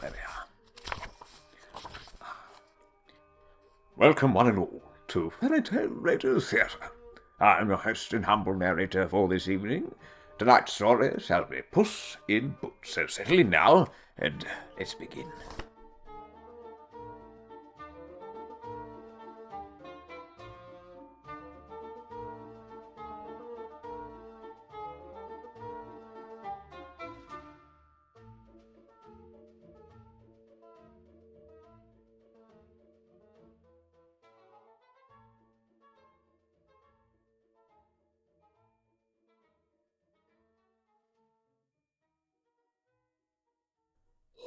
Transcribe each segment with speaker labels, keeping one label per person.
Speaker 1: There we are. Welcome, one and all, to Fairy Tale Radio Theatre. I'm your host and humble narrator for this evening. Tonight's story shall be Puss in Boots. So settle in now, and let's begin.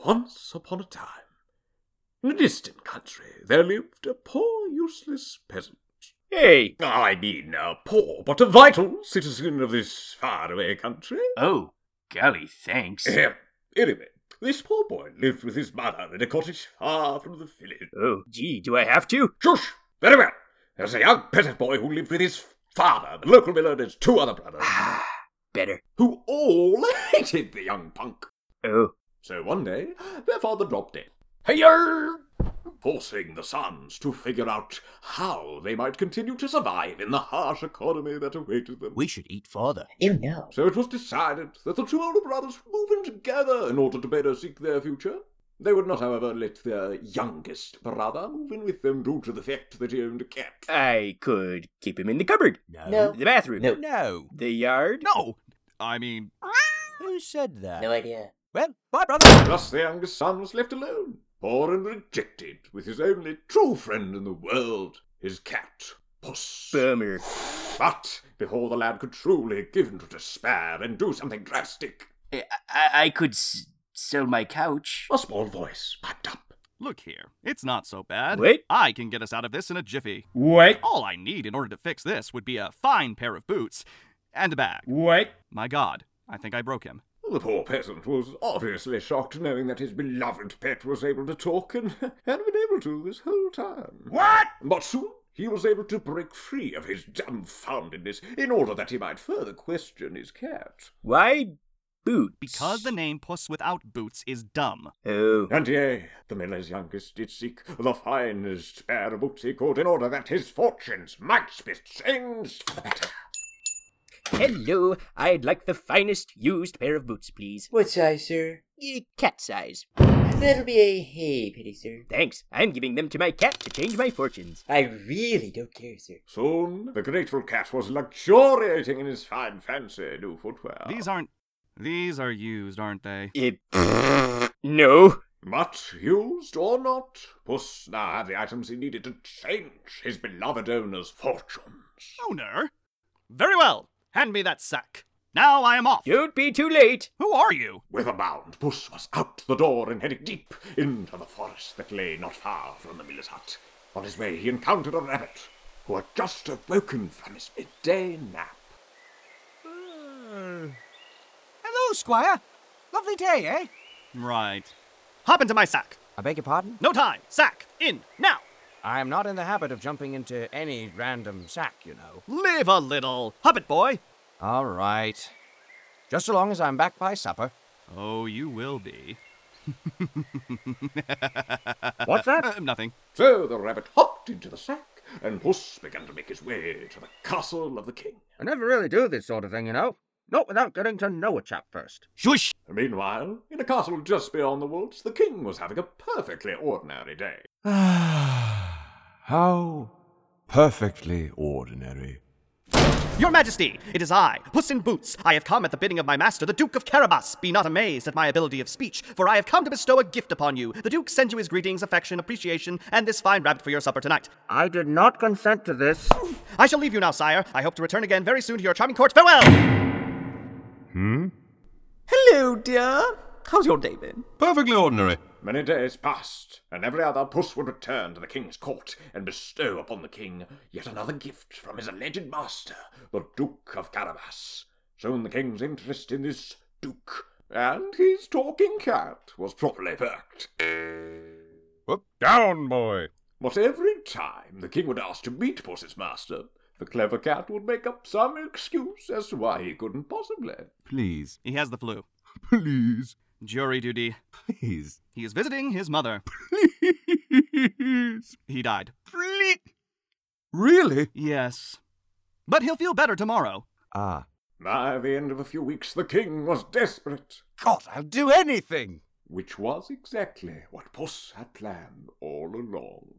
Speaker 1: Once upon a time, in a distant country, there lived a poor, useless peasant. Hey, I mean, a poor but a vital citizen of this faraway country.
Speaker 2: Oh, golly, thanks.
Speaker 1: Ahem. anyway, this poor boy lived with his mother in a cottage far from the village.
Speaker 2: oh, gee, do I have to?
Speaker 1: Shush! Very well. There's a young peasant boy who lived with his father, the local miller, and his two other brothers,
Speaker 2: Ah, better.
Speaker 1: who all hated the young punk.
Speaker 2: Oh,
Speaker 1: So one day, their father dropped dead. Heyer! Forcing the sons to figure out how they might continue to survive in the harsh economy that awaited them.
Speaker 3: We should eat father.
Speaker 1: So it was decided that the two older brothers move in together in order to better seek their future. They would not, however, let their youngest brother move in with them due to the fact that he owned a cat.
Speaker 2: I could keep him in the cupboard.
Speaker 3: No.
Speaker 2: The bathroom.
Speaker 4: No.
Speaker 3: No.
Speaker 2: The yard.
Speaker 5: No! I mean,
Speaker 3: Who said that?
Speaker 4: No idea.
Speaker 3: Well, bye, brother.
Speaker 1: Thus the youngest son was left alone, poor and rejected, with his only true friend in the world, his cat, Puss.
Speaker 2: Bummer.
Speaker 1: But before the lad could truly give into despair and do something drastic,
Speaker 2: I, I, I could s- sell my couch.
Speaker 1: a small voice piped up.
Speaker 5: look here. It's not so bad.
Speaker 2: Wait.
Speaker 5: I can get us out of this in a jiffy.
Speaker 2: What?
Speaker 5: All I need in order to fix this would be a fine pair of boots and a bag.
Speaker 2: What?
Speaker 5: My god, I think I broke him.
Speaker 1: The poor peasant was obviously shocked knowing that his beloved pet was able to talk and had been able to this whole time.
Speaker 2: What?
Speaker 1: But soon he was able to break free of his dumbfoundedness in order that he might further question his cat.
Speaker 2: Why boots?
Speaker 5: Because the name Puss Without Boots is dumb.
Speaker 2: Oh.
Speaker 1: And yea, the miller's youngest did seek the finest pair of boots he could in order that his fortunes might be changed for the better.
Speaker 2: Hello, I'd like the finest used pair of boots, please.
Speaker 4: What size, sir?
Speaker 2: Y- Cat size.
Speaker 4: That'll be a hay pity, sir.
Speaker 2: Thanks. I'm giving them to my cat to change my fortunes.
Speaker 4: I really don't care, sir.
Speaker 1: Soon the grateful cat was luxuriating in his fine fancy new footwear.
Speaker 5: These aren't. These are used, aren't they?
Speaker 2: It. E, no.
Speaker 1: But used or not, Puss now had the items he needed to change his beloved owner's fortunes.
Speaker 5: Owner? Very well. Hand me that sack. Now I am off.
Speaker 2: Don't be too late.
Speaker 5: Who are you?
Speaker 1: With a bound, Puss was out the door and heading deep into the forest that lay not far from the miller's hut. On his way, he encountered a rabbit who had just awoken from his midday nap.
Speaker 6: Hello, Squire. Lovely day, eh?
Speaker 5: Right. Hop into my sack.
Speaker 6: I beg your pardon?
Speaker 5: No time. Sack. In. Now.
Speaker 6: I am not in the habit of jumping into any random sack, you know.
Speaker 5: Live a little. Hop it, boy.
Speaker 6: All right. Just so long as I'm back by supper.
Speaker 5: Oh, you will be.
Speaker 2: What's that?
Speaker 5: Uh, nothing.
Speaker 1: So the rabbit hopped into the sack, and Puss began to make his way to the castle of the king.
Speaker 6: I never really do this sort of thing, you know. Not without getting to know a chap first.
Speaker 5: Shush.
Speaker 1: Meanwhile, in a castle just beyond the woods, the king was having a perfectly ordinary day.
Speaker 7: How perfectly ordinary.
Speaker 5: Your Majesty, it is I, Puss in Boots. I have come at the bidding of my master, the Duke of Carabas. Be not amazed at my ability of speech, for I have come to bestow a gift upon you. The Duke sends you his greetings, affection, appreciation, and this fine rabbit for your supper tonight.
Speaker 6: I did not consent to this.
Speaker 5: I shall leave you now, sire. I hope to return again very soon to your charming court. Farewell!
Speaker 4: Hello, dear. How's your day been?
Speaker 7: Perfectly ordinary.
Speaker 1: Many days passed, and every other puss would return to the king's court and bestow upon the king yet another gift from his alleged master, the Duke of Carabas. Soon the king's interest in this Duke and his talking cat was properly perked.
Speaker 7: Whoop, down, boy.
Speaker 1: But every time the king would ask to meet Puss's master, the clever cat would make up some excuse as to why he couldn't possibly.
Speaker 7: Please,
Speaker 5: He has the flu.
Speaker 7: please,
Speaker 5: Jury duty.
Speaker 7: Please.
Speaker 5: He is visiting his mother. He died.
Speaker 7: Please. Really?
Speaker 5: Yes. But he'll feel better tomorrow.
Speaker 7: Ah.
Speaker 1: By the end of a few weeks, the king was desperate,
Speaker 7: God, I'll do anything.
Speaker 1: which was exactly what Puss had planned all along.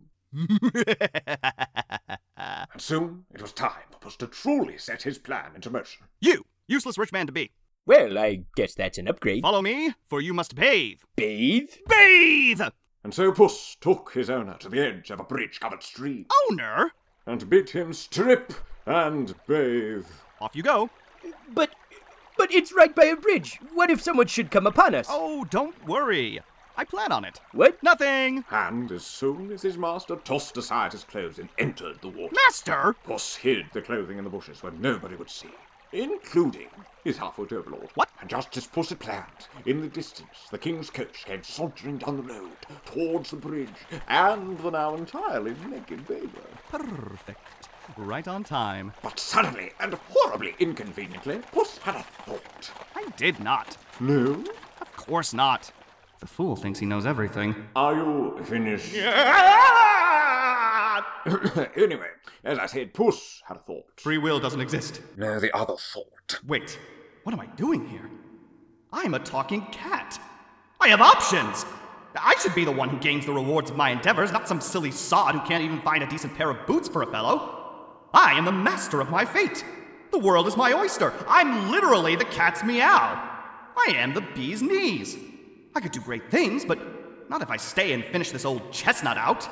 Speaker 1: And soon it was time for Puss to truly set his plan into motion.
Speaker 5: you, useless rich man to be,
Speaker 2: Well, I guess that's an upgrade.
Speaker 5: follow me, for you must bathe.
Speaker 2: Bathe?
Speaker 5: Bathe!
Speaker 1: And so Puss took his owner to the edge of a bridge covered stream,
Speaker 5: Owner?
Speaker 1: and bid him strip and bathe.
Speaker 5: Off you go.
Speaker 2: But, but it's right by a bridge. What if someone should come upon us?
Speaker 5: Oh, don't worry. I plan on it.
Speaker 2: What?
Speaker 5: Nothing.
Speaker 1: And as soon as his master tossed aside his clothes and entered the water,
Speaker 5: Master?
Speaker 1: Puss hid the clothing in the bushes where nobody would see, including his half-wit overlord.
Speaker 5: What?
Speaker 1: And just as Puss had planned, in the distance, the king's coach came sauntering down the road towards the bridge and the now entirely naked baby.
Speaker 5: Perfect. Right on time.
Speaker 1: But suddenly and horribly inconveniently, Puss had a thought.
Speaker 5: I did not.
Speaker 1: No?
Speaker 5: Of course not. The fool thinks he knows everything.
Speaker 1: Are you finished? anyway, as I said, Puss had a thought.
Speaker 5: Free will doesn't exist.
Speaker 1: No, the other thought.
Speaker 5: Wait, what am I doing here? I'm a talking cat. I have options! I should be the one who gains the rewards of my endeavors, not some silly sod who can't even find a decent pair of boots for a fellow. I am the master of my fate. The world is my oyster. I'm literally the cat's meow. I am the bee's knees. I could do great things, but not if I stay and finish this old chestnut out.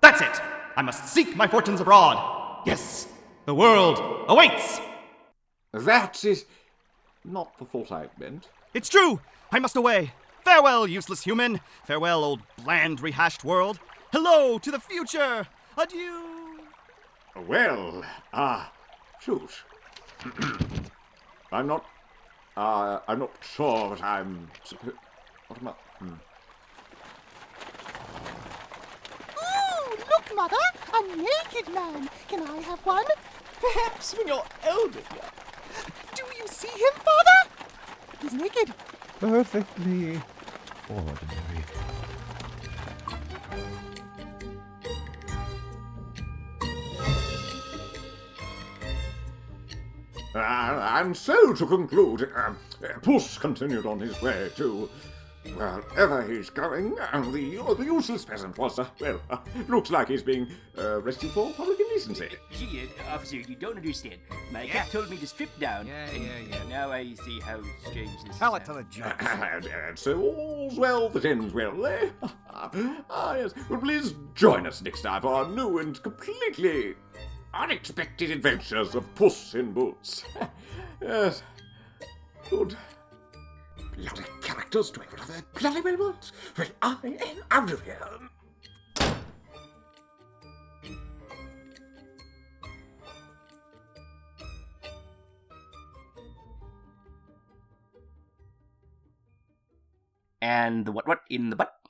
Speaker 5: That's it! I must seek my fortunes abroad. Yes, the world awaits!
Speaker 1: That is not the thought I meant.
Speaker 5: It's true! I must away! Farewell, useless human! Farewell, old bland, rehashed world! Hello to the future! Adieu!
Speaker 1: Well, ah, shoot. I'm not. Uh, I'm not sure what I'm. suppo- What am I? hmm.
Speaker 8: Oh, look, Mother! A naked man! Can I have one? Perhaps when you're older, Do you see him, Father? He's naked.
Speaker 7: Perfectly ordinary.
Speaker 1: Ah, and so to conclude, um, Puss continued on his way to. Wherever he's going, and the, oh, the useless peasant was, uh, well, uh, looks like he's being uh, arrested for public indecency.
Speaker 9: Gee, uh, officer, you don't understand. My cat told me to strip down. Yeah, yeah, yeah. Now I see how strange this
Speaker 3: Tell
Speaker 9: is.
Speaker 3: it to the judge.
Speaker 1: and, and so all's well that ends well, eh? ah, yes. Well, please join us next time for our new and completely unexpected adventures of Puss in Boots. yes. Good. Bloody characters doing whatever they bloody well want. Well, I am out of here.
Speaker 9: And the what what in the butt?